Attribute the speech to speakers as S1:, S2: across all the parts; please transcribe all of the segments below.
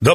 S1: The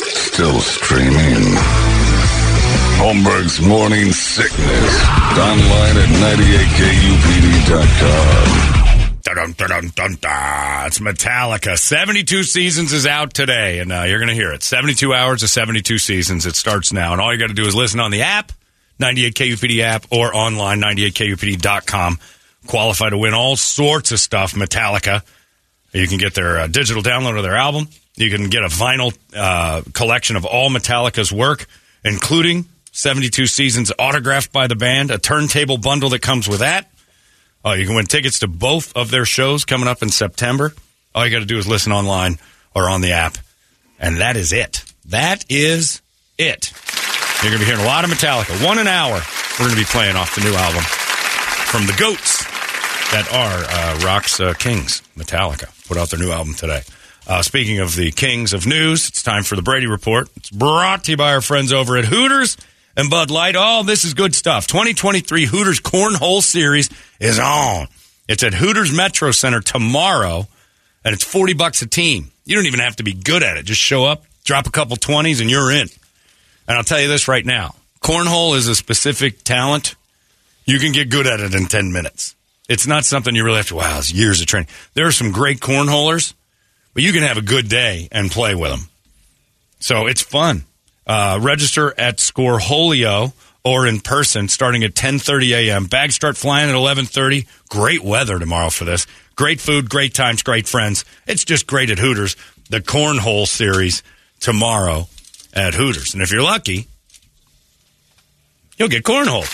S2: Still streaming. Holmberg's Morning Sickness. Online at 98kupd.com.
S1: Dun, dun, dun, dun, dun. It's Metallica. 72 Seasons is out today, and uh, you're going to hear it. 72 hours of 72 Seasons. It starts now, and all you got to do is listen on the app, 98KUPD app, or online, 98KUPD.com. Qualify to win all sorts of stuff, Metallica. You can get their uh, digital download of their album. You can get a vinyl uh, collection of all Metallica's work, including 72 Seasons autographed by the band, a turntable bundle that comes with that. Oh, you can win tickets to both of their shows coming up in September. All you got to do is listen online or on the app. And that is it. That is it. You're going to be hearing a lot of Metallica. One an hour, we're going to be playing off the new album from the GOATs that are uh, Rock's uh, Kings, Metallica. Put out their new album today. Uh, speaking of the Kings of News, it's time for the Brady Report. It's brought to you by our friends over at Hooters and Bud Light. All this is good stuff. 2023 Hooters Cornhole Series is on. It's at Hooters Metro Center tomorrow, and it's 40 bucks a team. You don't even have to be good at it. Just show up, drop a couple 20s, and you're in. And I'll tell you this right now cornhole is a specific talent. You can get good at it in 10 minutes. It's not something you really have to, wow, it's years of training. There are some great cornholers, but you can have a good day and play with them. So it's fun. Uh, register at Scoreholio or in person starting at 10.30 a.m. Bags start flying at 11.30. Great weather tomorrow for this. Great food, great times, great friends. It's just great at Hooters. The Cornhole Series tomorrow at Hooters. And if you're lucky, you'll get cornhole.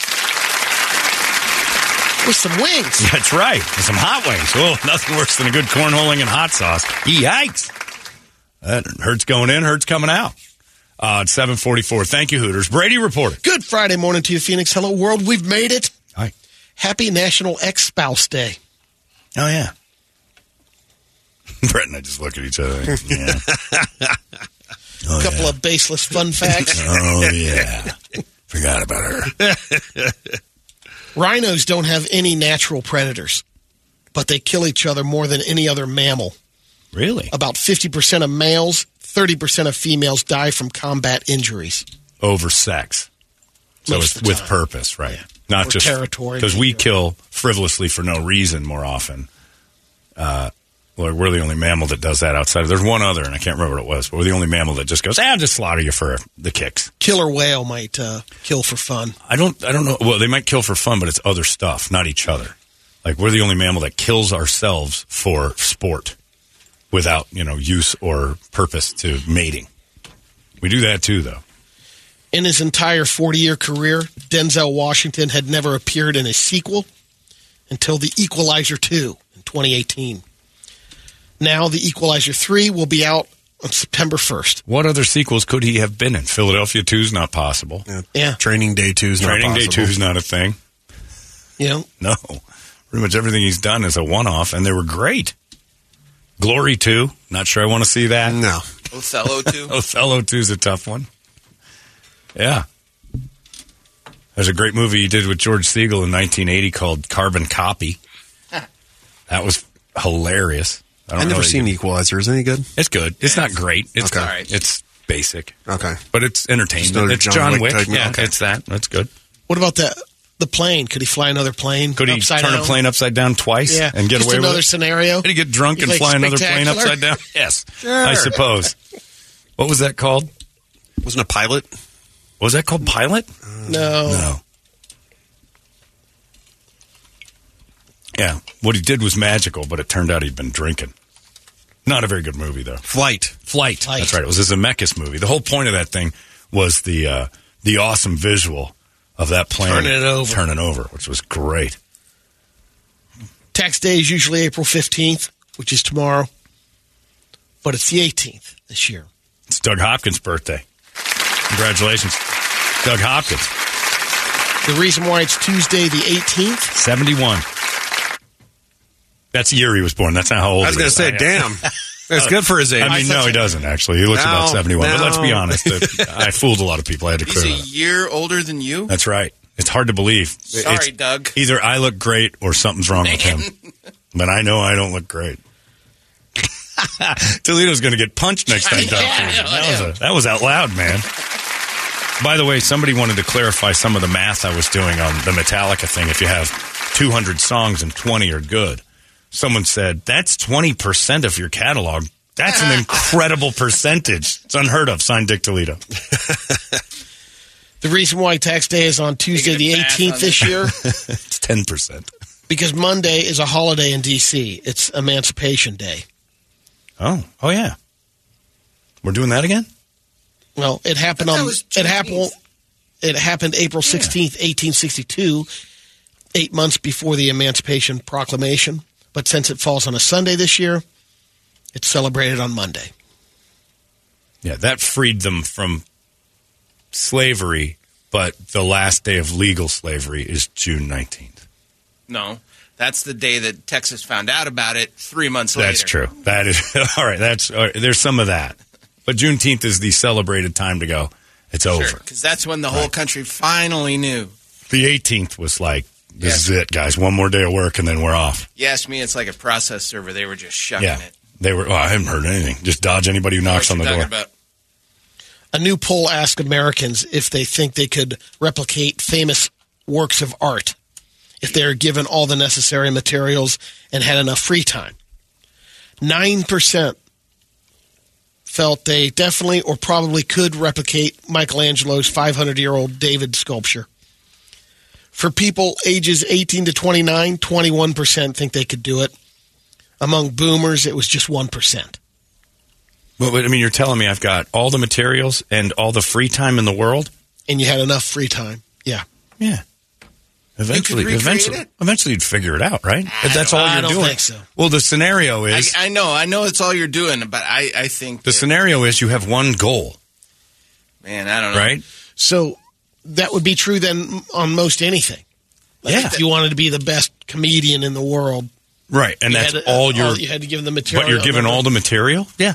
S3: with some wings.
S1: That's right. And some hot wings. Oh, nothing worse than a good cornholing and hot sauce. Yikes. That hurts going in, hurts coming out. Uh, it's 744. Thank you, Hooters. Brady reported.
S3: Good Friday morning to you, Phoenix. Hello, world. We've made it.
S1: Hi.
S3: Happy National Ex Spouse Day.
S1: Oh, yeah. Brett and I just look at each other. Yeah.
S3: A couple of baseless fun facts.
S1: oh, yeah. Forgot about her.
S3: Rhinos don't have any natural predators, but they kill each other more than any other mammal.
S1: Really?
S3: About 50% of males, 30% of females die from combat injuries.
S1: Over sex. So
S3: Most
S1: it's
S3: of the
S1: with
S3: time.
S1: purpose, right? Not
S3: Or
S1: just
S3: territory.
S1: Because we kill frivolously for no reason more often. Uh, well, we're the only mammal that does that outside. of- There's one other, and I can't remember what it was, but we're the only mammal that just goes, "Ah, just slaughter you for the kicks."
S3: Killer whale might uh, kill for fun.
S1: I don't, I don't know. Well, they might kill for fun, but it's other stuff, not each other. Like we're the only mammal that kills ourselves for sport, without you know use or purpose to mating. We do that too, though.
S3: In his entire 40 year career, Denzel Washington had never appeared in a sequel until The Equalizer 2 in 2018. Now, The Equalizer 3 will be out on September 1st.
S1: What other sequels could he have been in? Philadelphia Two's not possible.
S3: Yeah.
S4: Training Day Two is not
S1: Training Day
S4: possible.
S1: Two is not a thing.
S3: You know,
S1: No. Pretty much everything he's done is a one off, and they were great. Glory 2, not sure I want to see that.
S4: No,
S5: Othello too.
S1: Othello 2 is a tough one. Yeah. There's a great movie he did with George Siegel in 1980 called Carbon Copy. That was hilarious. don't
S4: I've
S1: know
S4: never
S1: that
S4: seen
S1: you-
S4: Equalizer. Is it any good?
S1: It's good. It's not great. It's
S4: Okay.
S1: all right. It's basic,
S4: Okay.
S1: but it's
S4: Just
S1: entertaining.
S4: another
S1: It's
S4: John
S1: John,
S4: Wick
S1: Wick.
S4: type movie.
S1: Yeah,
S4: Okay.
S1: it's that. That's good.
S3: what about the, the plane? Could he fly another plane?
S1: Could he
S3: upside
S1: turn
S3: down?
S1: a plane upside down twice
S3: Yeah.
S1: and get
S3: Just
S1: away with
S3: another
S1: it?
S3: scenario?
S1: Did he get drunk
S3: He's
S1: and
S3: like
S1: fly another plane
S3: spectacular.
S1: upside down? Yes, I suppose. What was that called?
S4: Wasn't a pilot.
S1: Was that called pilot?
S3: No.
S1: No. Yeah, what he did was magical, but it turned out he'd been drinking. Not a very good movie, though.
S4: Flight.
S1: Flight.
S3: Flight.
S1: That's right. It was a Zemeckis movie. The whole point of that thing was the uh, the awesome visual of that plane
S3: Turn it over.
S1: turning over, which was great.
S3: Tax day is usually April 15th, which is tomorrow, but it's the 18th this year.
S1: It's Doug Hopkins' birthday. Congratulations, Doug Hopkins,
S3: The reason why it's Tuesday the 18th,
S1: seventy-one. That's the year he was born. That's not how old.
S4: I was
S1: he
S4: going to say,
S1: Yeah.
S4: damn. That's good for his age.
S1: I mean, no, he doesn't actually. He looks
S4: No,
S1: about seventy-one. But let's be
S4: no.
S1: honest, that- I fooled a lot of people. I had to
S5: He's
S1: clear
S5: a
S1: that up.
S5: year older than you.
S1: That's right. It's hard to believe.
S5: Sorry,
S1: It's-
S5: Doug.
S1: Either I look great or something's wrong with him. But I know I don't look great. Toledo's going to get punched next time. Doug.
S5: Yeah, I know, I
S1: that, was a, that was out loud, man. By the way, somebody wanted to clarify some of the math I was doing on the Metallica thing. If you have 200 songs and 20 are good, someone said that's 20% of your catalog. That's an incredible percentage. It's unheard of. Signed Dick Toledo.
S3: the reason why tax day is on Tuesday the
S5: Taking a
S3: 18th
S5: bath on
S3: this
S5: the-
S3: year,
S1: It's 10%.
S3: because Monday is a holiday in D.C., it's Emancipation Day.
S1: Oh, oh yeah. We're doing that again?
S3: Well, it happened
S5: I thought
S3: on
S5: it was
S3: it happened it happened April 16th, 1862, 8 months before the Emancipation Proclamation, but since it falls on a Sunday this year, it's celebrated on Monday.
S1: Yeah, that freed them from slavery, but the last day of legal slavery is June 19th.
S5: No, that's the day that Texas found out about it. Three months later.
S1: That's true. That is all right. That's all right, there's some of that, but Juneteenth is the celebrated time to go. It's over.
S5: Because that's when the whole country finally knew.
S1: The 18th was like this
S5: Yeah.
S1: is it, guys. One more day of work and then we're off.
S5: You ask me, it's like a process server. They were just shucking
S1: yeah,
S5: it.
S1: they were. Well, I haven't heard anything. Just dodge anybody who knocks
S5: What
S1: on
S5: you
S1: the
S5: talking
S1: door.
S5: About?
S3: A new poll asked Americans if they think they could replicate famous works of art if they are given all the necessary materials and had enough free time. 9% felt they definitely or probably could replicate Michelangelo's 500 year old David sculpture. For people ages 18 to 29, 21% think they could do it. Among boomers, it was just 1%.
S1: But, but I mean, you're telling me I've got all the materials and all the free time in the world.
S3: And you had enough free time. Yeah.
S1: Yeah. Eventually,
S5: recreate
S1: eventually,
S5: it?
S1: eventually, you'd figure it out, right? If that's all
S3: I
S1: you're
S3: don't
S1: doing.
S3: think so.
S1: Well, the scenario
S5: I,
S1: is
S5: I know, I know, it's all you're doing, but I, I think
S1: the
S5: that-
S1: scenario is you have one goal,
S5: Man, I don't know.
S1: right?
S3: So that would be true then on most anything. Like,
S1: Yeah.
S3: If you wanted to be the best comedian in the world,
S1: Right, and
S3: you
S1: that's
S3: had to- uh,
S1: all your.
S3: you had to give them the material.
S1: but you're given all the material. Yeah.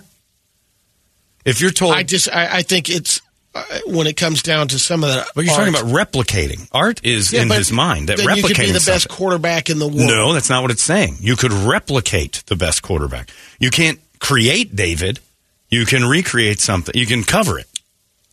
S1: If you're told,
S3: I just I, I think it's uh, when it comes down to some of that.
S1: but you're talking about replicating. Art is in his mind that
S3: then
S1: replicating
S3: you could be the best
S1: something.
S3: quarterback in the world.
S1: No, that's not what it's saying. You could replicate the best quarterback. You can't create David. You can recreate something. You can cover it.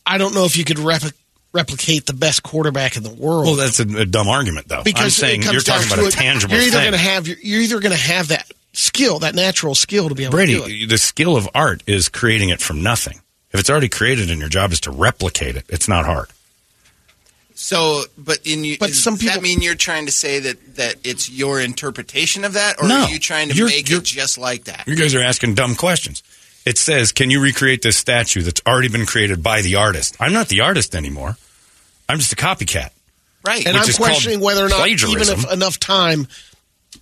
S3: I don't know if you could repli- replicate the best quarterback in the world.
S1: Well, that's a, a dumb argument, though.
S3: because
S1: I'm saying
S3: it comes
S1: you're
S3: down
S1: talking
S3: to
S1: about a
S3: it.
S1: tangible
S3: You're either
S1: thing.
S3: going to have your, you're either going to have that skill, that natural skill to be able to do it.
S1: Brady, the skill of art is creating it from nothing. If it's already created and your job is to replicate it, it's not hard.
S5: So, but in you,
S3: But
S5: does
S3: some people-
S5: that mean you're trying to say that that it's your interpretation of that, or
S1: No.
S5: are you trying to
S1: You're-
S5: make
S1: you're-
S5: it just like that?
S1: You guys are asking dumb questions. It says, can you recreate this statue that's already been created by the artist? I'm not the artist anymore. I'm just a copycat.
S5: Right.
S3: And
S1: Which
S3: I'm
S1: is called
S3: questioning whether or not even
S1: plagiarism.
S3: if enough time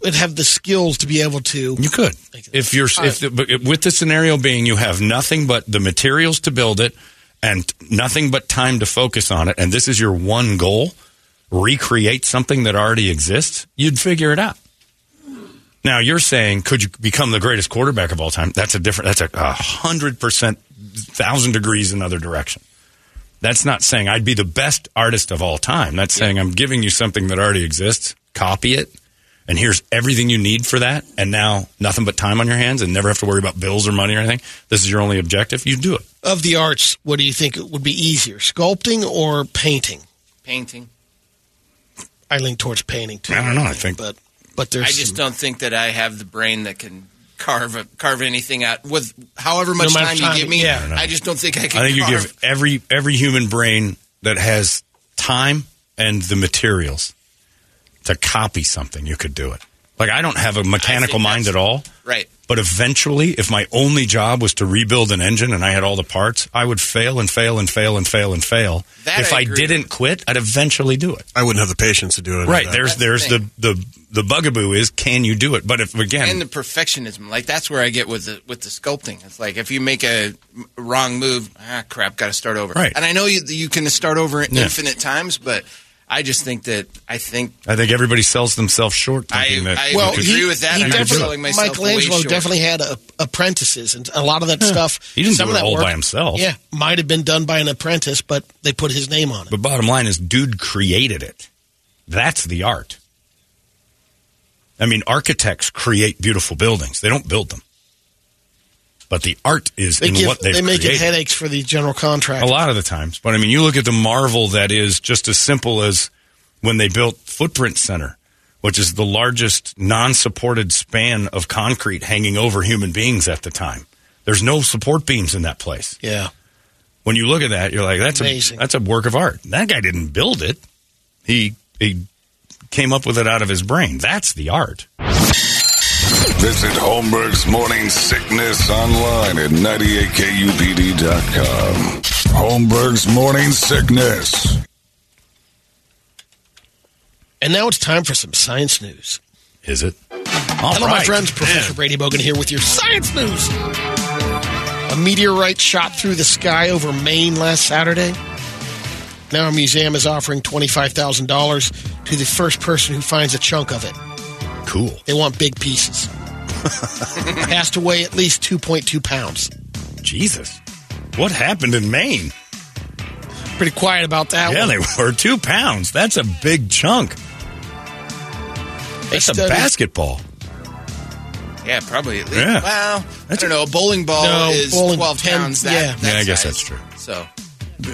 S3: would have the skills to be able to.
S1: You could, if you're if the, but with the scenario being you have nothing but the materials to build it and nothing but time to focus on it, and this is your one goal, recreate something that already exists. You'd figure it out. Now you're saying, could you become the greatest quarterback of all time? That's a different. That's a- a hundred percent, thousand degrees another direction. That's not saying I'd be the best artist of all time. That's saying I'm giving you something that already exists. Copy it, and here's everything you need for that. And now nothing but time on your hands, and never have to worry about bills or money or anything. This is your only objective. You do it.
S3: Of the arts, what do you think would be easier, sculpting or painting?
S5: Painting.
S3: I lean towards painting too.
S1: I don't know. I think-
S3: but but there's
S5: I just
S3: some-
S5: don't think that I have the brain that can carve a, carve anything out with however much
S3: No matter
S5: time,
S3: time,
S5: you give me.
S3: yeah.
S5: I just don't think I can.
S1: I think you
S5: carve.
S1: give every every human brain that has time and the materials to copy something. You could do it. Like I don't have a mechanical mind at
S5: that's-
S1: all.
S5: Right.
S1: But eventually, if my only job was to rebuild an engine and I had all the parts, I would fail and fail and fail and fail and fail.
S5: That
S1: if
S5: I
S1: I,
S5: agree
S1: didn't quit, I'd eventually do it.
S4: I wouldn't have the patience to do it.
S1: Right. There's
S5: That's
S1: there's
S5: the
S1: the, the the bugaboo is can you do it? But if again
S5: and the perfectionism like that's where i get with the with the sculpting it's like if you make a m- wrong move ah crap gotta start over
S1: Right.
S5: and i know you, you can start over
S1: Yeah.
S5: infinite times but i just think that i think
S1: I think everybody sells themselves short
S5: i,
S1: thinking that
S5: I
S1: you
S3: Well,
S1: could-
S5: agree
S3: he-
S5: with that
S3: he
S5: i'm
S3: definitely-
S5: selling myself
S3: Michelangelo
S5: way short.
S3: definitely had a, apprentices and a lot of that stuff.
S1: He didn't
S3: some
S1: do
S3: of
S1: it
S3: that
S1: all
S3: work,
S1: by himself.
S3: Yeah, might have been done by an apprentice, but they put his name on it.
S1: But bottom line is, dude created it. That's the art. I mean, architects create beautiful buildings. They don't build them. But the art is
S3: they
S1: in
S3: give,
S1: what they've
S3: they make it
S1: created.
S3: headaches for the general contractor.
S1: a lot of the times. But I mean, you look at the marvel that is just as simple as when they built Footprint Center, which is the largest non supported span of concrete hanging over human beings at the time. There's no support beams in that place.
S3: Yeah,
S1: When you look at that, you're like, that's
S3: Amazing.
S1: a that's a work of art. That guy didn't build it. He he came up with it out of his brain. That's the art.
S2: Visit Holmberg's Morning Sickness online at 98kupd.com. Holmberg's Morning Sickness.
S3: and now it's time for some science news.
S1: Is it?
S3: Hello, my friends. Professor Brady Bogan here with your science news. A meteorite shot through the sky over Maine last Saturday. Now, a museum is offering $25,000 to the first person who finds a chunk of it.
S1: Cool.
S3: They want big pieces. It has to weigh at least 2.2 pounds.
S1: Jesus. What happened in Maine?
S3: Pretty quiet about that
S1: Yeah,
S3: one.
S1: they were two pounds. That's a big chunk.
S3: They
S1: That's a
S3: studied-
S1: basketball.
S5: yeah probably at least
S1: Yeah.
S5: well
S1: That's
S5: i don't know a bowling ball
S3: No,
S5: is
S3: bowling-
S5: 12
S3: ten-
S5: pounds that,
S3: yeah.
S1: Yeah, I guess
S5: size.
S1: that's true.
S5: so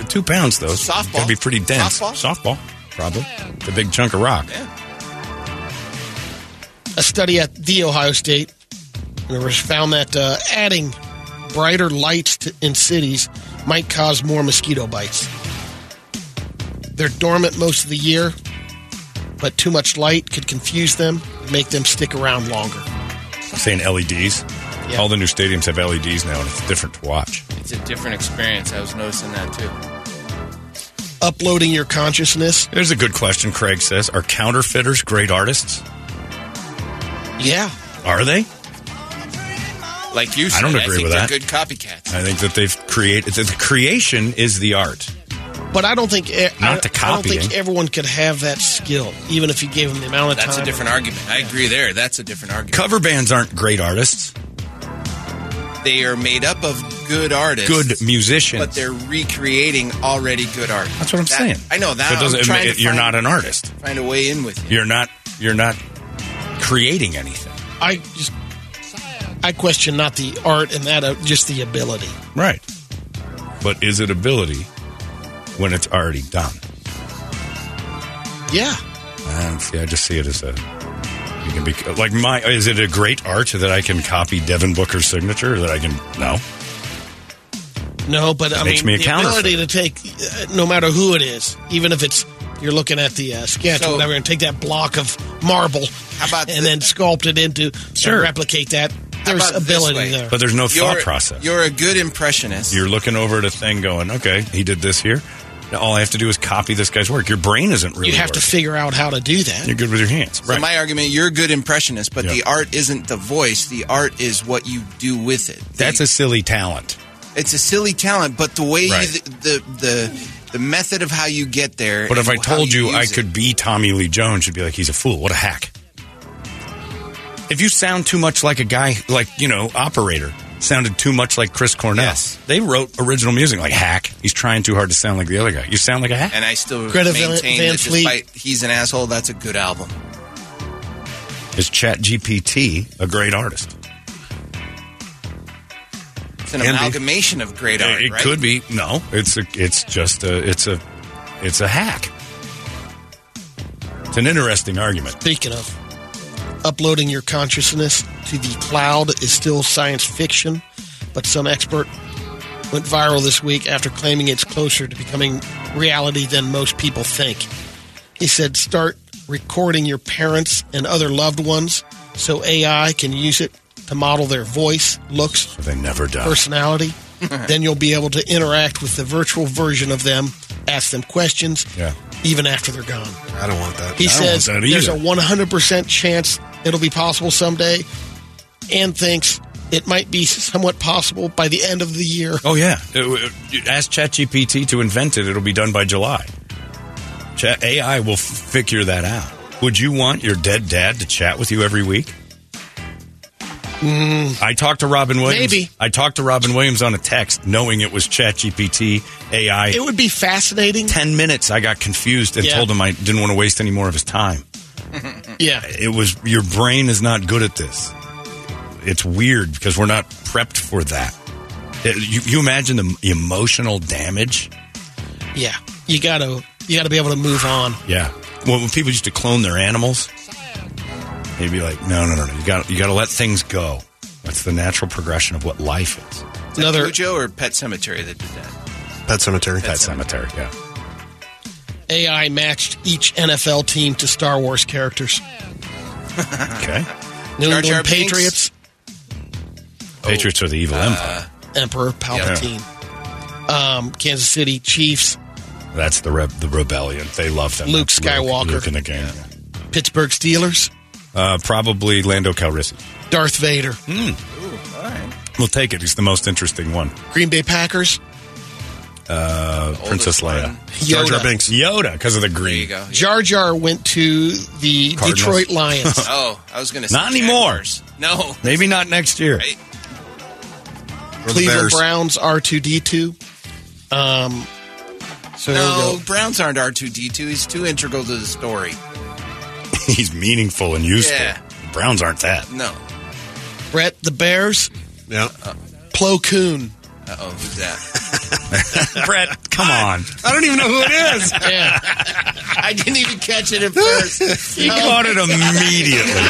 S1: Two pounds though. It's
S5: Softball.
S1: Gotta be pretty dense.
S5: Softball?
S1: probably. It's a big chunk of rock.
S3: a study at the Ohio State University found that uh, adding brighter lights to, in cities might cause more mosquito bites. They're dormant most of the year, but too much light could confuse them, and make them stick around longer.
S1: Saying LEDs.
S3: Yeah.
S1: All the new stadiums have LEDs now, and it's different to watch.
S5: it's a different experience i was noticing that too
S3: Uploading your consciousness,
S1: There's a good question. Craig says, "Are counterfeiters great artists?
S3: yeah,
S1: Are they?
S5: like you said,
S1: don't agree
S5: think
S1: with
S5: they're
S1: that.
S5: good copycats
S1: I think that they've created the creation is the art.
S3: but I don't think e- I,
S1: Not to
S3: I don't
S1: copying.
S3: think everyone could have that skill, even if you gave them the amount of
S5: that's
S3: time.
S5: a different argument i agree there that's a different argument
S1: Cover bands aren't great artists.
S5: they are made up of good artists
S1: Good musicians.
S5: but they're recreating already good art.
S1: That's what I'm
S5: That-
S1: saying.
S5: I know that.
S1: So it doesn't-
S5: I'm trying to
S1: you're
S5: find,
S1: not an artist.
S5: Find a way in with you.
S1: You're not. You're not creating anything.
S3: I just I question not the art and that, uh, just the ability.
S1: Right. But is it ability when it's already done?
S3: Yeah.
S1: I, see, I just see it as a. You can be like my. Is it a great art that I can copy Devin Booker's signature? That I can no.
S3: No, but I
S1: makes
S3: mean,
S1: me a
S3: the ability
S1: counterfeiter.
S3: to take, uh, no matter who it is, even if it's you're looking at the uh, sketch
S5: So-
S3: or whatever, and take that block of marble,
S5: How about
S3: and
S5: thi-
S3: then sculpt it into
S1: Sure.
S3: and replicate that.
S5: How
S3: There's
S5: about this
S3: ability
S5: way?
S3: there.
S1: But there's no thought
S5: You're-
S1: process. You're,
S5: You're a good impressionist.
S1: looking over at a thing, going, "Okay, he did this here. Now all I have to do is copy this guy's work." Your brain isn't really.
S3: you have to
S1: working.
S3: figure out how to do that.
S1: You're good with your hands,
S5: so
S1: right?
S5: my argument, you're a good impressionist, but
S1: Yeah.
S5: the art isn't the voice. The art is what you do with it. The-
S1: That's a silly talent.
S5: it's a silly talent, but the way
S1: Right.
S5: you, the, the the the method of how you get there.
S1: But if I
S5: and how
S1: told you I
S5: use it.
S1: could be Tommy Lee Jones, you'd be like, he's a fool. What a hack. If you sound too much like a guy, like, you know, operator, sounded too much like Chris Cornell.
S5: Yes.
S1: They wrote original music like hack. He's trying too hard to sound like the other guy. You sound like a hack.
S5: and I still
S3: Greta Van-
S5: maintain
S3: Van
S5: that
S3: Fleet.
S5: despite he's an asshole, that's a good album.
S1: Is Chat GPT a great artist?
S5: It's an
S1: Can be.
S5: amalgamation of great art.
S1: it it
S5: right?
S1: could be. No, it's a, it's just a, it's a, it's a hack. It's an interesting argument.
S3: Speaking of uploading your consciousness to the cloud is still science fiction, but some expert went viral this week after claiming it's closer to becoming reality than most people think. He said, start recording your parents and other loved ones so AI can use it to model their voice, looks,
S1: They never die.
S3: personality. then you'll be able to interact with the virtual version of them, ask them questions,
S1: Yeah.
S3: even after they're gone.
S4: I don't want that.
S3: He
S1: don't
S3: says
S1: want that
S3: there's a
S1: either.
S3: 100% chance it'll be possible someday and thinks it might be somewhat possible by the end of the year.
S1: Oh yeah. Uh, uh, Ask ChatGPT to invent it. It'll be done by July. Chat AI will f- figure that out. Would you want your dead dad to chat with you every week? I talked to Robin Williams.
S3: Mm. Maybe.
S1: I talked to Robin Williams on a text, knowing it was ChatGPT AI.
S3: It would be fascinating.
S1: Ten minutes. I got confused and
S3: Yeah.
S1: told him I didn't want to waste any more of his time.
S3: Yeah.
S1: It was your brain is not good at this. It's weird because we're not prepped for that. Uh, You, you imagine the emotional damage
S3: Yeah. You got to you got to be able to move on.
S1: Yeah. Well, when people used to clone their animals, they'd be like, "No, no, no, no! You got you got to let things go. That's the natural progression of what life is."
S3: Another
S5: Cujo or Pet Cemetery that did that.
S4: Pet cemetery.
S1: Pet cemetery. Yeah.
S3: AI matched each NFL team to Star Wars characters.
S1: Okay.
S3: New
S5: Jar Jar
S3: England
S5: Binks?
S3: Patriots,
S1: Patriots are the evil empire.
S3: Emperor Palpatine. Um, Kansas City Chiefs,
S1: That's the re- the rebellion. They love them.
S3: Luke
S1: That's
S3: Skywalker.
S1: Luke, in the game.
S3: Pittsburgh Steelers,
S1: Uh, probably Lando Calrissian.
S3: Darth Vader,
S1: We'll take it. He's the most interesting one.
S3: Green Bay Packers,
S1: Uh, Princess Leia.
S5: one.
S4: Jar
S3: Yoda.
S4: Jar Binks.
S1: Yoda, because of the
S5: There
S1: green.
S5: you go.
S3: Jar Jar went to the
S1: Cardinals.
S3: Detroit Lions.
S5: Oh, I was going to say.
S1: Not anymore.
S5: Jaguars. No.
S1: Maybe not next year.
S5: Right.
S4: Or the
S3: Cleveland
S4: Bears.
S3: Browns R2D2. Um, so there we
S5: No,
S3: go.
S5: Browns aren't R2D2. He's too integral to the story.
S1: He's meaningful and useful.
S5: Yeah.
S1: Browns aren't that.
S5: No.
S3: Brett, the Bears,
S4: Yeah.
S3: Plo Koon.
S5: Uh oh, who's that?
S1: Brett, come on.
S4: I don't even know who it is.
S3: Yeah.
S5: I didn't even catch it at first.
S1: He
S3: Um,
S1: caught it immediately.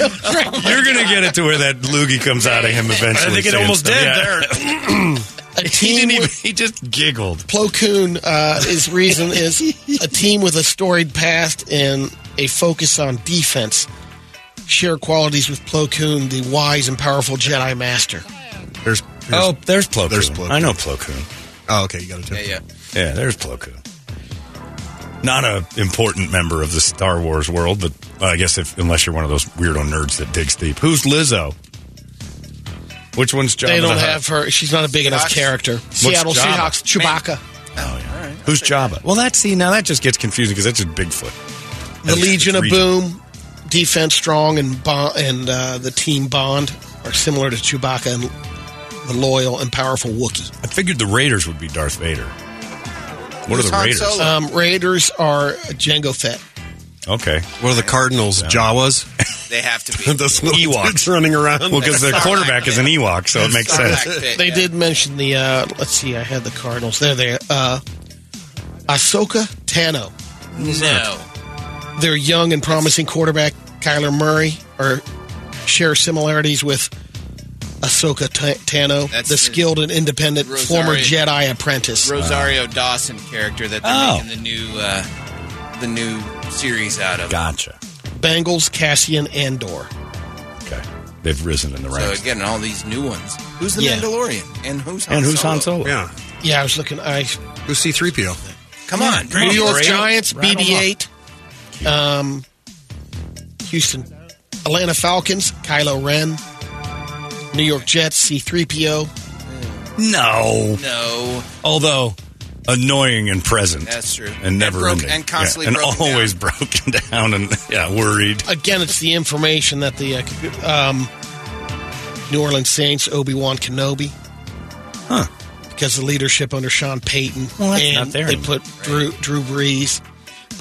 S1: Come on. You're going to get it to where that loogie comes out of him eventually.
S4: I think it
S1: saying
S4: almost
S1: stuff.
S4: did
S1: Yeah.
S3: A
S1: He
S3: team
S1: didn't even,
S3: with-
S1: he just giggled.
S3: Plo Koon, uh, his reason is a team with a storied past and a focus on defense share qualities with Plo Koon, the wise and powerful Jedi Master.
S4: There's,
S1: Oh, there's Plo Koon.
S4: There's Plo Koon.
S1: I know Plo Koon.
S4: oh, okay. You got it. too.
S5: yeah, yeah.
S1: Yeah, there's Plo Koon. Not a important member of the Star Wars world, but uh, I guess if unless you're one of those weirdo nerds that digs deep. Who's Lizzo? Which one's Jabba
S3: They don't
S1: the Hutt?
S3: have her. She's not a big enough
S5: Seahawks?
S3: character. Seattle
S1: Jabba?
S3: Seahawks, Chewbacca,
S1: Oh, yeah. Who's Jabba? Well, that's see now that just gets confusing because that's just Bigfoot.
S3: the
S1: That's
S3: Legion of
S1: region.
S3: Boom, defense strong, and bond, and uh, the team bond are similar to Chewbacca and the loyal and powerful Wookiee.
S1: I figured the Raiders would be Darth Vader. What
S5: Who's
S1: are the
S5: Han
S1: Raiders?
S5: Solo?
S3: Um, Raiders are Django Fett.
S1: Okay.
S4: What are the Cardinals? Jawas?
S5: They have to be.
S4: Those little
S1: Ewoks.
S4: kids running around.
S1: Well, because their
S5: Sarlacc
S1: quarterback
S5: pit.
S1: is an Ewok, so it makes
S5: Black
S1: sense.
S5: Pit,
S3: They
S5: yeah.
S3: did mention the. Uh, let's see, I had the Cardinals. There, they uh, Ahsoka Tano,
S5: No.
S3: their young and promising quarterback Kyler Murray, are share similarities with Ahsoka Ta- Tano,
S5: That's
S3: the
S5: the
S3: skilled and independent former
S5: Rosario-
S3: Jedi apprentice.
S5: Rosario Dawson character that they're
S1: Ah. Oh.
S5: making the new uh, the new series out of.
S1: Gotcha.
S3: Bengals Cassian Andor.
S1: Okay. They've risen in the
S5: So
S1: ranks.
S5: again, all these new ones. Who's the
S3: Yeah.
S5: Mandalorian and who's Han
S1: and who's Han
S5: Solo?
S1: Solo?
S4: yeah.
S3: Yeah, I was looking. I
S4: Who's C3PO?
S5: Come on,
S3: New
S5: bring it,
S3: York
S5: bring it.
S3: Giants
S1: rattle 'em
S3: BB-8, um, Houston, Atlanta Falcons Kylo Ren, New York Jets C-3PO.
S1: No.
S5: No,
S1: Although annoying and present.
S5: That's true.
S1: And
S5: And
S1: never
S5: broke-
S1: ending.
S5: and constantly
S1: yeah. and
S5: broken down.
S1: always broken down and yeah, worried.
S3: again, it's the information that the uh, compu- um, New Orleans Saints Obi Wan Kenobi, huh? Because the leadership under Sean Payton,
S1: Well, that's
S3: and
S1: not there
S3: they
S1: anymore.
S3: put Drew Drew Brees,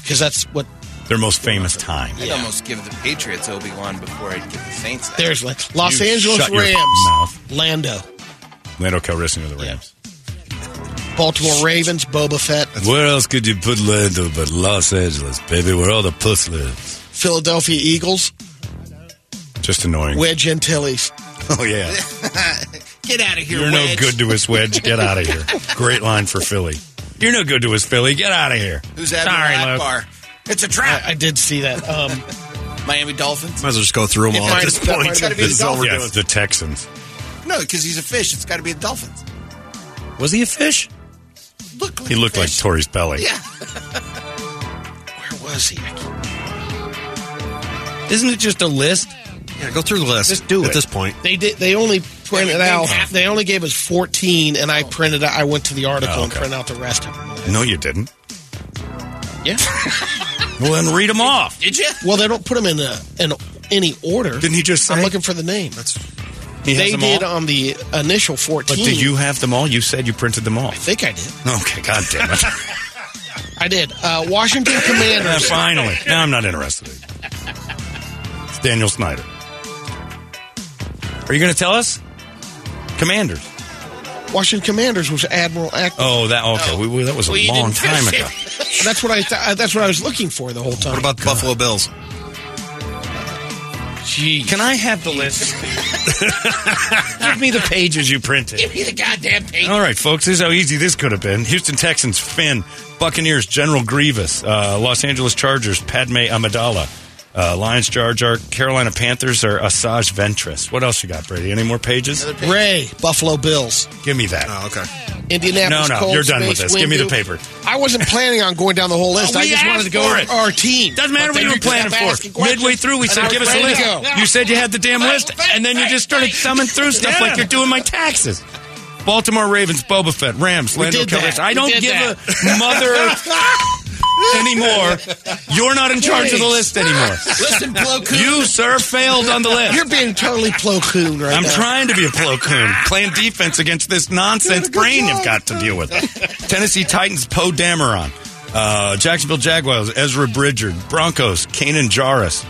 S3: because that's what
S1: Their most famous time.
S5: I'd almost give the Patriots Obi Wan before I'd give the Saints. that.
S3: there's like Los
S1: You
S3: Angeles
S1: shut your
S3: Rams,
S1: mouth.
S3: Lando,
S1: Lando Calrissian of the Rams.
S3: Baltimore Ravens, Boba Fett,
S1: Where else could you put Lando but Los Angeles, baby, where all the puss lives?
S3: Philadelphia Eagles,
S1: Just annoying.
S3: Wedge Antilles,
S1: Oh yeah.
S5: Get out of here.
S1: You're no
S5: Wedge.
S1: good to us, Wedge. Get out of here. Great line for Philly. You're no good to us, Philly. Get out of here.
S5: Who's Admiral
S1: Sorry, Luke.
S5: Akbar? It's a trap.
S3: I did see that. Um,
S5: Miami Dolphins.
S4: Might as well just go through
S3: It
S4: them all at
S3: might-
S4: this
S3: that
S4: point.
S3: might- gotta be
S4: This is all we're
S1: Yeah,
S4: doing.
S1: the Texans.
S5: No, because he's a fish. It's got to be the Dolphins.
S4: Was he a fish?
S5: Look, like
S1: He looked
S5: a
S1: like
S5: fish.
S1: Tori's belly.
S5: Yeah.
S3: where was he? I can't-
S6: Isn't it just a list?
S4: Yeah, go through the list.
S6: Just do
S4: at
S6: it.
S4: this point.
S3: They did. They only printed
S5: Everything
S3: out.
S5: happened.
S3: They only gave us fourteen, and I printed. out I went to the article
S1: Oh,
S3: and
S1: okay.
S3: printed out the rest of them.
S1: No, you didn't.
S3: Yeah.
S1: Well, then read them off.
S5: Did you?
S3: well, they don't put them in a, in any order.
S1: Didn't he just say?
S3: I'm looking for the name.
S4: That's
S1: He has
S3: they
S1: them
S3: did
S1: all?
S3: on the initial
S1: But
S3: fourteen.
S1: do you have them all? You said you printed them all.
S3: I think I did.
S1: Okay, God damn it.
S3: I did. Uh, Washington
S1: Yeah,
S3: Commanders.
S1: finally. No, I'm not interested. It's Daniel Snyder. Are you going to tell us? Commanders.
S3: Washington Commanders was Admiral Act.
S1: Oh, that okay. We, we- that was a
S5: Well, you
S1: long
S5: didn't finish
S1: time ago.
S3: That's what I. Th- I- that's what I was looking for the whole time.
S4: what
S1: Oh,
S4: about the Buffalo Bills?
S6: Gee.
S1: Can I have the list? Give me the pages you printed.
S5: Give me the goddamn paper.
S1: All right, folks, this is how easy this could have been. Houston Texans, Finn. Buccaneers, General Grievous. Uh, Los Angeles Chargers, Padme Amidala. Uh, Lions, Jar Jar. Carolina Panthers are Asajj Ventress. What else you got, Brady? Any more pages?
S3: Ray Buffalo Bills?
S1: Give me that.
S4: Oh, okay.
S3: Indianapolis.
S1: No, no,
S3: Colts,
S1: you're done with
S3: Mace
S1: this. Give me the
S3: Windu.
S1: paper.
S3: I wasn't planning on going down the whole list.
S1: Oh,
S3: I
S1: we
S3: just wanted to
S1: asked
S3: go
S1: for
S3: over
S1: it.
S3: our team.
S1: Doesn't matter what
S3: But
S1: you
S3: then
S1: were planning
S3: kept asking
S1: for.
S3: questions,
S1: Midway through, we
S3: and I
S1: said,
S3: was
S1: give us a
S3: ready
S1: list.
S3: to go.
S1: You said you had the damn list, and then you just started thumbing through stuff like you're doing my taxes. Baltimore Ravens, Boba Fett, Rams, Lando
S3: did that.
S1: Calrissian. I
S3: We
S1: don't
S3: did
S1: give a mother anymore. You're not in charge of the list anymore.
S5: Listen, Bloku.
S1: You, sir, failed on the list.
S3: You're being totally Plo Koon right
S1: I'm
S3: now.
S1: trying to be a Plo Koon, playing defense against this nonsense brain you've got to deal with. Tennessee Titans, Poe Dameron. Uh, Jacksonville Jaguars, Ezra Bridger. Broncos, Kanan Jarrus.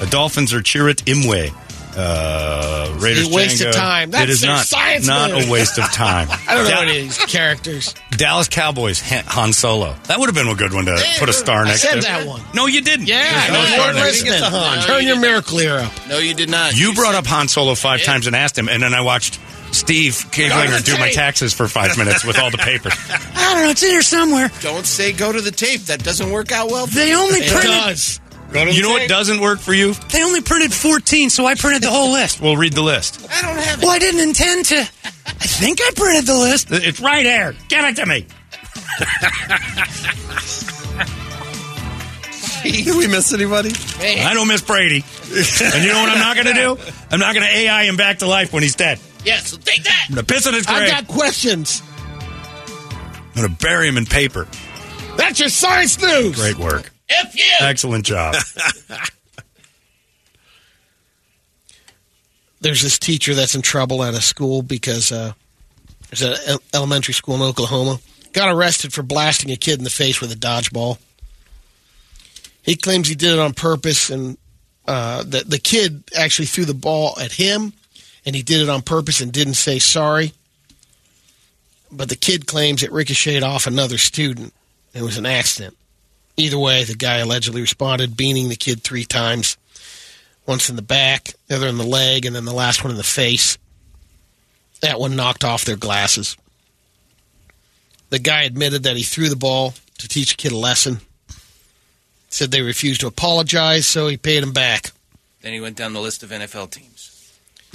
S1: The Dolphins are Chirrut Imwe. Uh, Raiders,
S3: a waste of
S1: Django.
S3: time. That's
S1: it is
S3: their
S1: not,
S3: science
S1: not
S3: move.
S1: a waste of time.
S3: I don't know what it is. Characters.
S1: Dallas Cowboys, Han Han Solo. That would have been a good one to put a star
S3: I
S1: next
S3: said
S1: to.
S3: that one.
S1: No, you didn't.
S3: Yeah,
S1: There's no
S3: you
S1: star
S3: weren't
S1: next to it.
S3: listening.
S5: No,
S3: Turn
S5: you
S3: your
S5: did.
S3: miracle ear up.
S5: No, you did not.
S1: You brought up
S5: said-
S1: Han Solo five times and asked him, and then I watched Steve Kaglinger do my taxes for five minutes with all the papers. I don't know. It's in here somewhere.
S5: Don't say go to the tape. That doesn't work out well.
S1: They only
S3: It does.
S1: You know what doesn't work for you? They only printed 14, so I printed the whole list. We'll read the list.
S5: I don't have
S1: I didn't intend to. I think I printed the list. It's right there. Give it to me.
S4: Did we miss anybody?
S1: I don't miss Brady. And you know what I'm not going to do? I'm not going to AI him back to life when he's dead.
S5: it. Yeah, so take that.
S1: I'm going to piss in his grave.
S3: I got questions.
S1: I'm going to bury him in paper.
S3: That's your science news.
S1: Great work.
S5: F you.
S1: Excellent job.
S3: There's this teacher that's in trouble at a school because uh, there's an el- elementary school in Oklahoma. Got arrested for blasting a kid in the face with a dodgeball. He claims he did it on purpose, and uh, that the kid actually threw the ball at him, and he did it on purpose and didn't say sorry. But the kid claims it ricocheted off another student. It was an accident. Either way, the guy allegedly responded, beating the kid three times once in the back, the other in the leg, and then the last one in the face. That one knocked off their glasses. The guy admitted that he threw the ball to teach a kid a lesson. Said they refused to apologize, so he paid him back.
S5: Then he went down the list of NFL teams.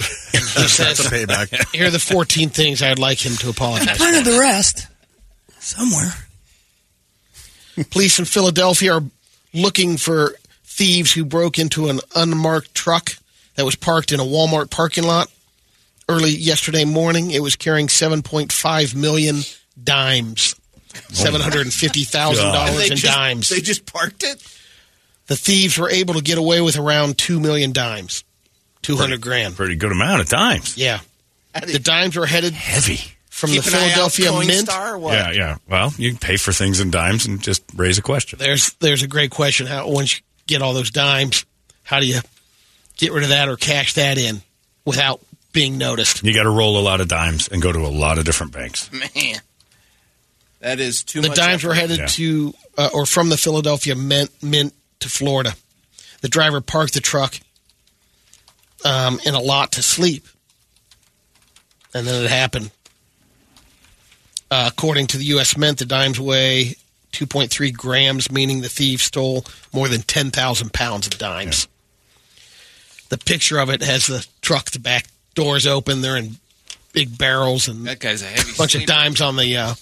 S3: He
S4: That's a
S3: says,
S4: payback.
S3: Here are the 14 things I'd like him to apologize for.
S6: the rest somewhere.
S3: Police in Philadelphia are looking for thieves who broke into an unmarked truck that was parked in a Walmart parking lot early yesterday morning. It was carrying 7.5 million dimes. Seven hundred and fifty thousand dollars in dimes.
S5: Oh They just parked it.
S3: The thieves were able to get away with around two million dimes, two hundred grand.
S1: Pretty good amount of times.
S3: Yeah, the dimes were headed
S1: Heavy.
S3: from the Philadelphia Mint.
S5: Star or what?
S1: Yeah, yeah. Well, you can pay for things in dimes and just raise a question.
S3: there's there's a great question. How once you get all those dimes, how do you get rid of that or cash that in without being noticed?
S1: You got to roll a lot of dimes and go to a lot of different banks.
S5: Man, that is too
S3: The
S5: much.
S3: dimes were
S5: effort.
S3: headed
S1: Yeah.
S3: to uh, or from the Philadelphia Mint, Mint to Florida. The driver parked the truck um, in a lot to sleep, and then it happened. Uh, according to the U.S. Mint, the dimes weigh 2.3 grams, meaning the thief stole more than 10,000 pounds of dimes. The picture of it has the truck, the back doors open. They're in big barrels and a
S5: That guy's a heavy
S3: bunch of
S5: sleeper.
S3: dimes on the uh,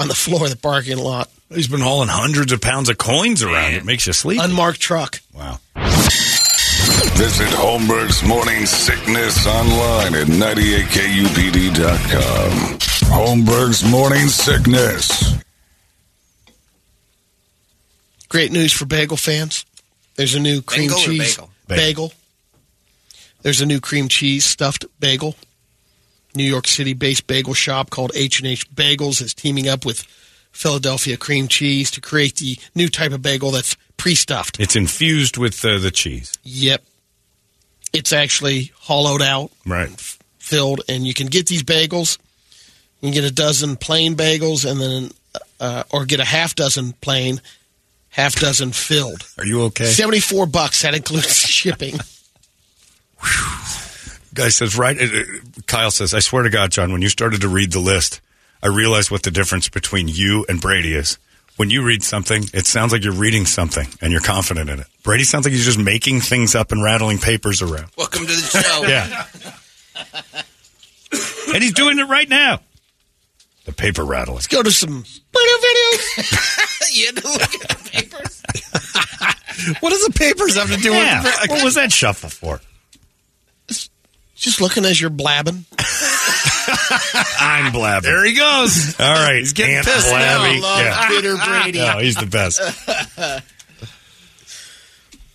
S3: on the floor of the parking lot.
S1: He's been hauling hundreds of pounds of coins around. It makes you sleep.
S3: Unmarked truck.
S1: wow.
S2: Visit Holmberg's Morning Sickness online at 98kupd.com. Holmberg's Morning Sickness.
S3: Great news for bagel fans. There's a new cream
S5: Bagel or
S3: cheese
S5: bagel?
S1: Bagel.
S3: There's a new cream cheese stuffed bagel. New York City based bagel shop called H&H Bagels is teaming up with Philadelphia cream cheese to create the new type of bagel that's pre-stuffed.
S1: It's infused with uh, the cheese.
S3: Yep. It's actually hollowed out
S1: Right.
S3: filled, and you can get these bagels. You can get a dozen plain bagels, and then, uh, or get a half dozen plain, half dozen filled.
S1: Are you okay?
S3: Seventy-four bucks. That includes shipping.
S1: Guy says, right? uh, uh, Kyle says, I swear to God, John, when you started to read the list, I realized what the difference between you and Brady is. When you read something, it sounds like you're reading something and you're confident in it. Brady sounds like he's just making things up and rattling papers around.
S5: Welcome to the show.
S1: Yeah. and he's doing it right now. The paper rattle.
S3: Go to some video videos.
S5: you had to look at the papers.
S4: What does the papers have to do
S1: Yeah.
S4: with
S1: What was that shuffle for?
S3: Just looking as you're blabbing.
S1: I'm blabbing. There he goes. All right. He's
S4: getting pissed now.
S1: Blabby.
S4: Love
S1: Yeah.
S3: Bitter Brady.
S1: No, he's the best.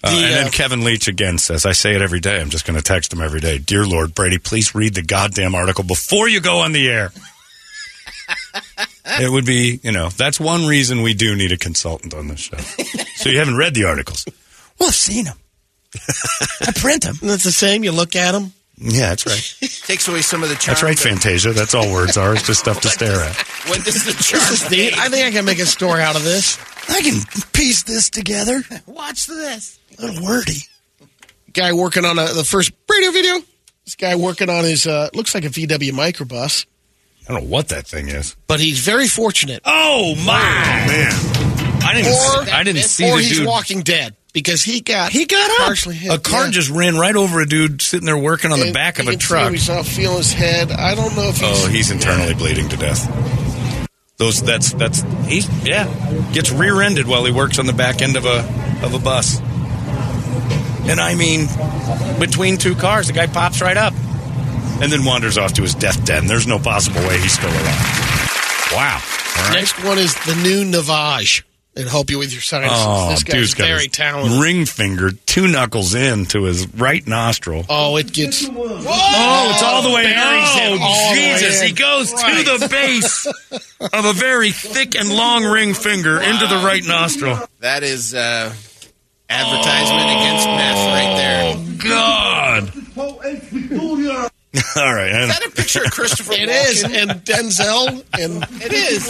S1: Uh,
S3: The,
S1: and then
S3: uh,
S1: Kevin Leach again says, I say it every day. I'm just going to text him every day. Dear Lord, Brady, please read the goddamn article before you go on the air. it would be, you know, that's one reason we do need a consultant on this show. so you haven't read the articles.
S6: Well, I've seen him. I print him.
S3: And that's the same. You look at them.
S1: Yeah, that's right.
S5: Takes away some of the charm.
S1: That's right,
S5: but
S1: Fantasia. That's all words are. It's just stuff to stare at.
S5: When does the charm
S3: This is neat. I think I can make a story out of this.
S6: I can piece this together.
S5: Watch this.
S6: A little wordy.
S3: Guy working on a, the first radio video. This guy working on his uh, looks like a VW microbus,
S1: I don't know what that thing is.
S3: but he's very fortunate.
S1: Oh, my. man. I didn't,
S3: Or-
S1: see, I didn't see
S3: or
S1: the
S3: he's
S1: dude.
S3: Walking Dead because he got he
S1: got up.
S3: partially hit.
S1: A car
S3: yeah.
S1: just ran right over a dude sitting there working on the
S3: And
S1: back of
S3: you
S1: a
S3: can see
S1: truck.
S3: We saw feel his head. I don't know if he's.
S1: Oh, he's internally bleeding to death. Those that's that's he yeah gets rear-ended while he works on the back end of a of a bus. And I mean, between two cars, the guy pops right up and then wanders off to his death den. There's no possible way he's still alive. Wow. All right.
S3: Next one is the new Navage. It'll help you with your sinuses.
S1: Oh,
S3: this guy's
S1: dude's got
S3: very
S1: his
S3: talented.
S1: Ring finger, two knuckles in to his right nostril.
S3: Oh, it gets.
S1: Oh, it's all the way in.
S3: it all
S1: Oh,
S3: the way
S1: Jesus.
S3: in.
S1: He goes to the base of a very thick and long ring finger into the right nostril.
S5: That is uh, advertisement against meth right there.
S1: Oh.
S5: Is
S1: God. All right. and-
S5: that a picture of Christopher
S3: It
S5: Walken?
S3: is, and Denzel and
S5: It is.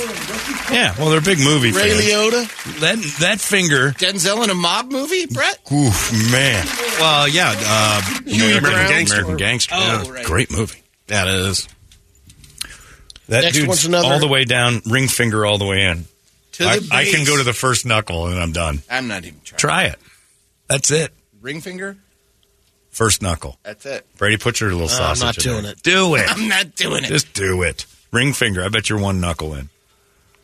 S1: yeah, well, they're big movie
S3: Ray
S1: fans.
S3: Liotta.
S1: That, that finger,
S5: Denzel in a mob movie, Brett?
S1: oof, man.
S4: it? Well, yeah. Uh,
S1: American
S4: Brown.
S1: Gangster. American Gangster.
S5: Oh,
S1: yeah.
S5: right.
S1: Great movie.
S4: that is.
S1: That
S3: Next
S1: dude's
S3: one's another-
S1: all the way down, ring finger all the way in.
S5: To
S1: I,
S5: the
S1: I can
S5: base.
S1: go to the first knuckle and I'm done.
S5: I'm not even trying.
S1: Try it. That's it.
S5: Ring finger?
S1: First knuckle.
S5: That's it.
S1: Brady, put your little
S3: I'm
S1: sausage.
S3: not
S1: in there.
S3: doing it.
S1: Do it.
S5: I'm not doing it.
S1: Just do it. Ring finger. I bet you're one knuckle in.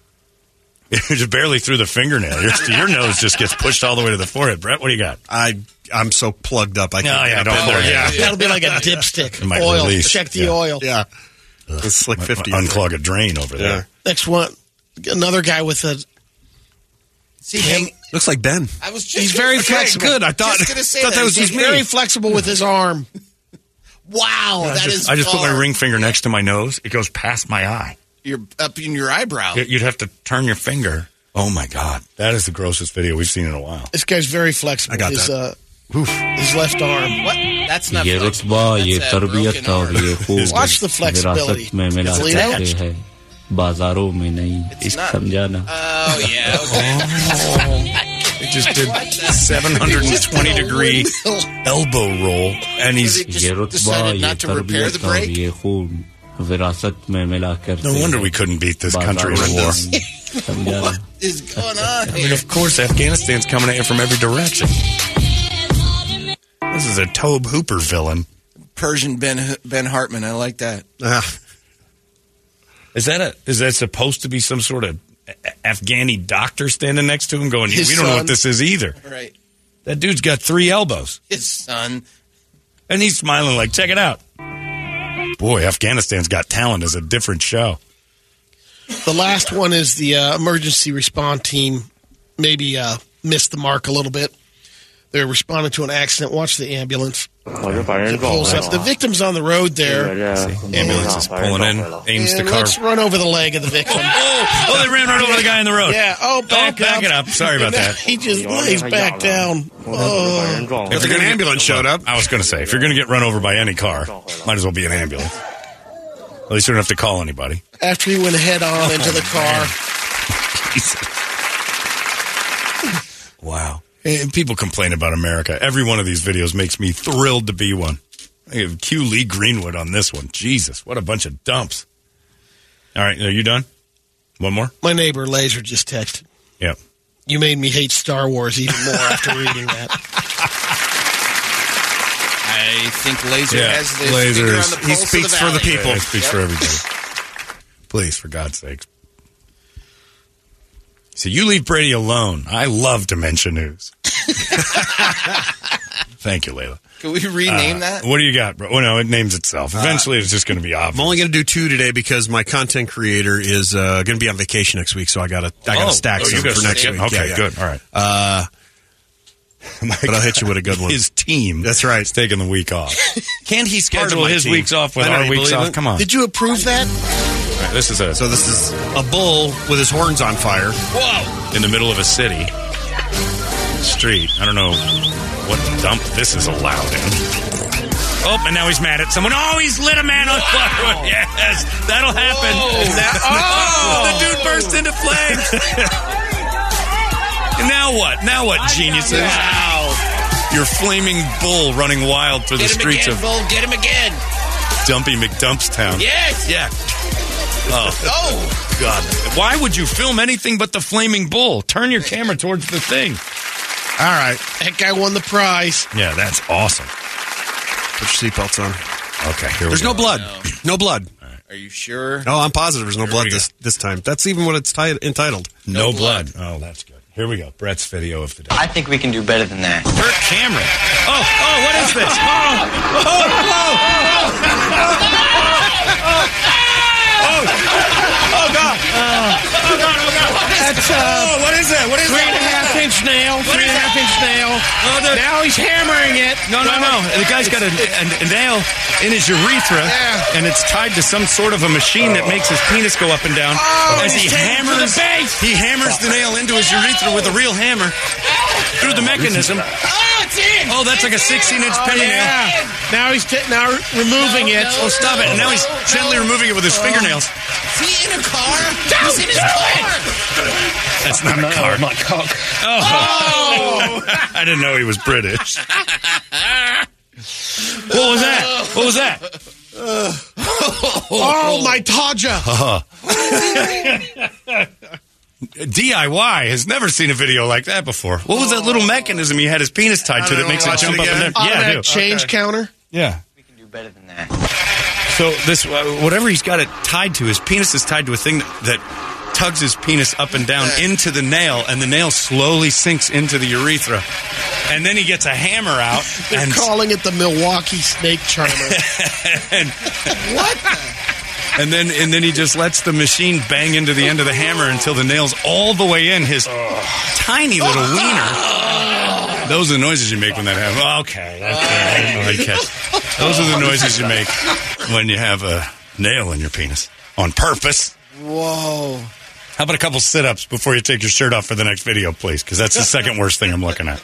S1: You're just barely through the fingernail. Your, your nose just gets pushed all the way to the forehead. Brett, what do you got?
S4: I I'm so plugged up. I can't
S1: yeah,
S4: get
S1: don't
S4: up in
S1: worry.
S4: there.
S1: Yeah.
S3: That'll be like a dipstick.
S1: It might
S3: oil.
S1: release,
S3: Check the
S1: yeah.
S3: oil.
S4: Yeah. It's like fifty.
S1: Unclog a drain over
S4: Yeah.
S1: there.
S3: Next one, another guy with a.
S5: See, hang,
S4: Looks like Ben.
S5: I was just
S3: He's
S5: gonna
S3: very
S5: say-
S3: flexible.
S4: Good. I thought,
S5: Just gonna say
S4: thought
S5: that.
S4: that was
S3: He's
S4: just me.
S3: very flexible with his arm.
S5: Wow, that is.
S1: I just, I just put my
S5: far.
S1: ring finger next to my nose. It goes past my eye.
S5: You're up in your eyebrow.
S1: You- You'd have to turn your finger. Oh my God. That is the grossest video we've seen in a while.
S3: This guy's very flexible.
S4: I got
S3: his,
S4: that.
S3: Uh, his left arm.
S5: What? That's not.
S7: ये
S5: flex-
S7: रुतबा ये
S5: that's a
S7: तरबियत
S5: broken
S7: और
S5: arm.
S7: ये खूब
S3: Watch the flexibility.
S7: विरासत में मिला
S3: It's
S7: करते
S3: attached.
S7: हैं बाजारों में नहीं इसको
S5: not-
S7: समझाना
S5: Oh yeah. Okay.
S1: It just did 720 degree elbow roll. And he's.
S5: Just
S7: ये रुतबा
S5: decided
S7: ये
S5: not to repair the
S7: तरबियत और
S5: break?
S7: ये खून विरासत में मिला करते
S1: No wonder
S7: हैं
S1: we couldn't beat this country in a
S7: बाजारों
S1: war.
S7: में नहीं। समझा
S5: What is going on
S1: I mean,
S5: here?
S1: of course, Afghanistan's coming at you from every direction. This is a Tobe Hooper villain.
S5: Persian Ben Ben Hartman. I like that.
S4: Ah,
S1: Is that a? Is that supposed to be some sort of A- A- Afghani doctor standing next to him going,
S5: His
S1: "We don't know
S5: son.
S1: what this is either."
S5: Right.
S1: That dude's got three elbows,
S5: His son.
S1: and he's smiling like, "Check it out." Boy, Afghanistan's Got Talent is a different show.
S3: The last one is the uh, emergency response team maybe uh, missed the mark a little bit. They're responding to an accident. Watch the ambulance. It pulls up. The victim's on the road there.
S1: Ambulance is pulling in, aims to
S3: And
S1: car.
S3: let's run over the leg of the victim.
S1: Oh, oh, they ran right over the guy in the road.
S3: Yeah. Oh, back,
S1: back it up. Sorry about
S3: And then
S1: that.
S3: He just lays back down. Oh.
S1: If you're
S4: an
S1: gonna
S4: ambulance showed up.
S1: I was going to say, if you're going to get run over by any car, might as well be an ambulance. At least you don't have to call anybody.
S3: Oh. After he went head on into the car.
S1: Wow. And people complain about America. Every one of these videos makes me thrilled to be one. I give Q Lee Greenwood on this one. Jesus, what a bunch of dumps. All right, are you done? One more?
S3: My neighbor Laser just texted.
S1: Yeah.
S3: You made me hate Star Wars even more after reading that.
S5: I think Laser has the finger on
S1: Lasers.
S5: the pulse
S1: he
S5: of
S1: speaks for the
S5: valley.
S1: people. He speaks
S5: Yep.
S1: for everybody. Please, for God's sake. So you leave Brady alone. I love Dementia News. Thank you, Layla. Uh,
S5: Can we rename that?
S1: What do you got, bro? Well, no, it names itself. Eventually, it's just going to be
S4: Uh, I'm
S1: obvious.
S4: only going to do two today because my content creator is uh, going to be on vacation next week, so I got to I got to
S1: Oh,
S4: stack
S1: oh, you
S4: some
S1: gotta
S4: for next
S1: stack-
S4: week.
S1: okay,
S4: Yeah, yeah.
S1: good. All right.
S4: Uh, but I'll hit you with a good one.
S1: His team.
S4: That's right.
S1: It's taking the week off. Can't he
S4: schedule my
S1: his
S4: team?
S1: weeks off with
S4: I know,
S1: our
S4: you
S1: weeks
S4: believe
S1: off?
S4: it?
S1: Come on.
S3: Did you approve that?
S1: All right, this is a
S4: so this is a bull with his horns on fire.
S1: Whoa! In the middle of a city street. I don't know what dump this is allowed in. Oh, and now he's mad at someone. Oh, he's lit a man on fire. Yes, that'll happen. Now- oh, the dude burst into flames. now what? Now what, geniuses?
S5: Wow.
S1: Your flaming bull running wild through
S5: Get
S1: the
S5: him
S1: streets
S5: again,
S1: of
S5: Bull. Get him again.
S1: Dumpy McDumpstown.
S5: Yes.
S1: Yeah. Oh,
S5: Oh.
S1: God. Why would you film anything but the flaming bull? Turn your camera towards the thing.
S4: All right,
S3: That guy won the prize.
S1: Yeah, that's awesome.
S4: put your seatbelts on.
S1: Okay, here
S4: There's
S1: we go.
S4: no blood. No blood.
S5: Are you sure?
S4: No, I'm positive there's no blood
S1: we go.
S4: this this time. That's even what it's ti- entitled.
S1: No, blood. Oh, that's good. Here we go. Brett's video of the day.
S8: I think we can do better than that.
S1: Kirk Cameron. Oh, oh, what is this? Oh, oh, oh, oh, oh, oh, oh, God. Oh, God, oh, God.
S3: That's uh,
S1: Oh, what is that? What is
S3: three and a
S1: that?
S3: half inch nail. Three and a half inch nail.
S1: Oh, the-
S3: Now he's hammering it.
S1: No, no, no. The guy's got a, a, a nail in his urethra,
S3: Yeah.
S1: and it's tied to some sort of a machine that makes his penis go up and down
S3: Oh,
S1: as he hammers. He hammers the nail into his urethra with a real hammer through the mechanism.
S5: Oh, it's in.
S1: Oh, that's like a 16-inch penny nail.
S3: Yeah. Now he's t- now removing it.
S1: Oh, stop it! And now he's gently removing it with his fingernails.
S5: Is he in a car? He's in his car.
S1: That's not a car. My cock. Oh. I didn't know he was British. what was that? What was that?
S3: Oh, my Taja.
S1: DIY has never seen a video like that before. What was that little mechanism he had his penis tied to that makes it
S4: Watch it
S1: jump up
S4: again.
S1: and down?
S5: Oh,
S1: Yeah, I do.
S3: Automatic change counter.
S1: yeah.
S8: We can do better than that.
S1: So this, uh, whatever he's got it tied to, his penis is tied to a thing that, that tugs his penis up and down into the nail, and the nail slowly sinks into the urethra, and then he gets a hammer out
S3: They're
S1: and
S3: calling it the Milwaukee Snake Charmer.
S1: and then and then he just lets the machine bang into the end of the hammer until the nail's all the way in his tiny little wiener. Those are the noises you make when that happens. Okay, okay, okay. Those are the noises you make when you have a nail in your penis on purpose.
S5: Whoa.
S1: How about a couple sit-ups before you take your shirt off for the next video, please? Because that's the second worst thing I'm looking at.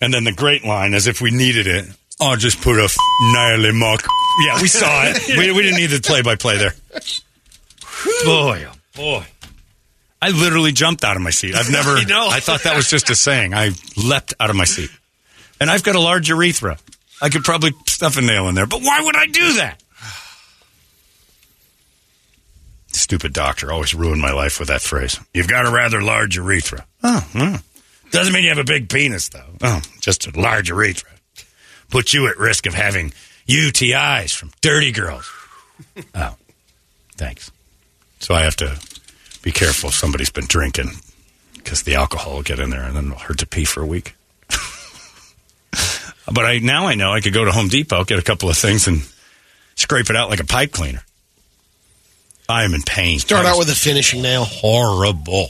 S1: And then the great line, as if we needed it. I'll just put a f- nail in my. c-" Yeah, we saw it. We, we didn't need the play-by-play there. Boy, oh boy. I literally jumped out of my seat. I've never. I thought that was just a saying. I leapt out of my seat, and I've got a large urethra. I could probably stuff a nail in there, but why would I do that? Stupid doctor always ruined my life with that phrase. You've got a rather large urethra. Oh, yeah. doesn't mean you have a big penis though. Oh, just a large urethra. Put you at risk of having UTIs from dirty girls. Oh, thanks. So I have to be careful if somebody's been drinking because the alcohol will get in there and then it'll hurt to pee for a week. but I now I know I could go to Home Depot, get a couple of things, and scrape it out like a pipe cleaner. I am in pain.
S3: Start
S1: That
S3: out
S1: was
S3: with a finishing nail.
S1: horrible.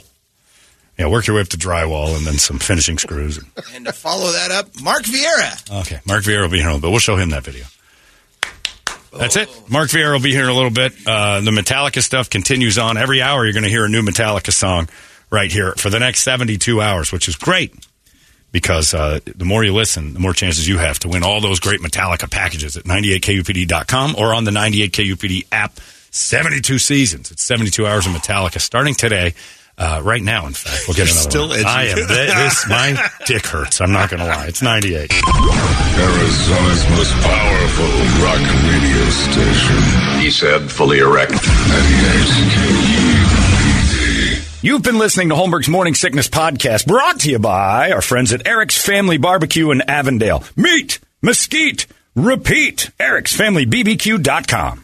S1: Yeah, work your way up to drywall and then some finishing screws.
S5: And to follow that up, Mark Vieira.
S1: Okay, Mark Vieira will be here in a little bit. We'll show him that video. That's it. Mark Vieira will be here in a little bit. Uh, the Metallica stuff continues on. Every hour, you're going to hear a new Metallica song right here for the next 72 hours, which is great because uh, the more you listen, the more chances you have to win all those great Metallica packages at 98kupd.com or on the 98kupd app. 72 seasons. It's 72 hours of Metallica starting today. Uh, right now, in fact, we'll get another
S4: Still
S1: one.
S4: edgy.
S1: I am. This, my dick hurts. I'm not going to lie. It's 98.
S2: Arizona's most powerful rock radio station. He said, fully erect. 98 KUPD.
S1: You've been listening to Holmberg's Morning Sickness Podcast, brought to you by our friends at Eric's Family Barbecue in Avondale. Meet, mesquite, repeat. Eric'sFamilyBBQ.com.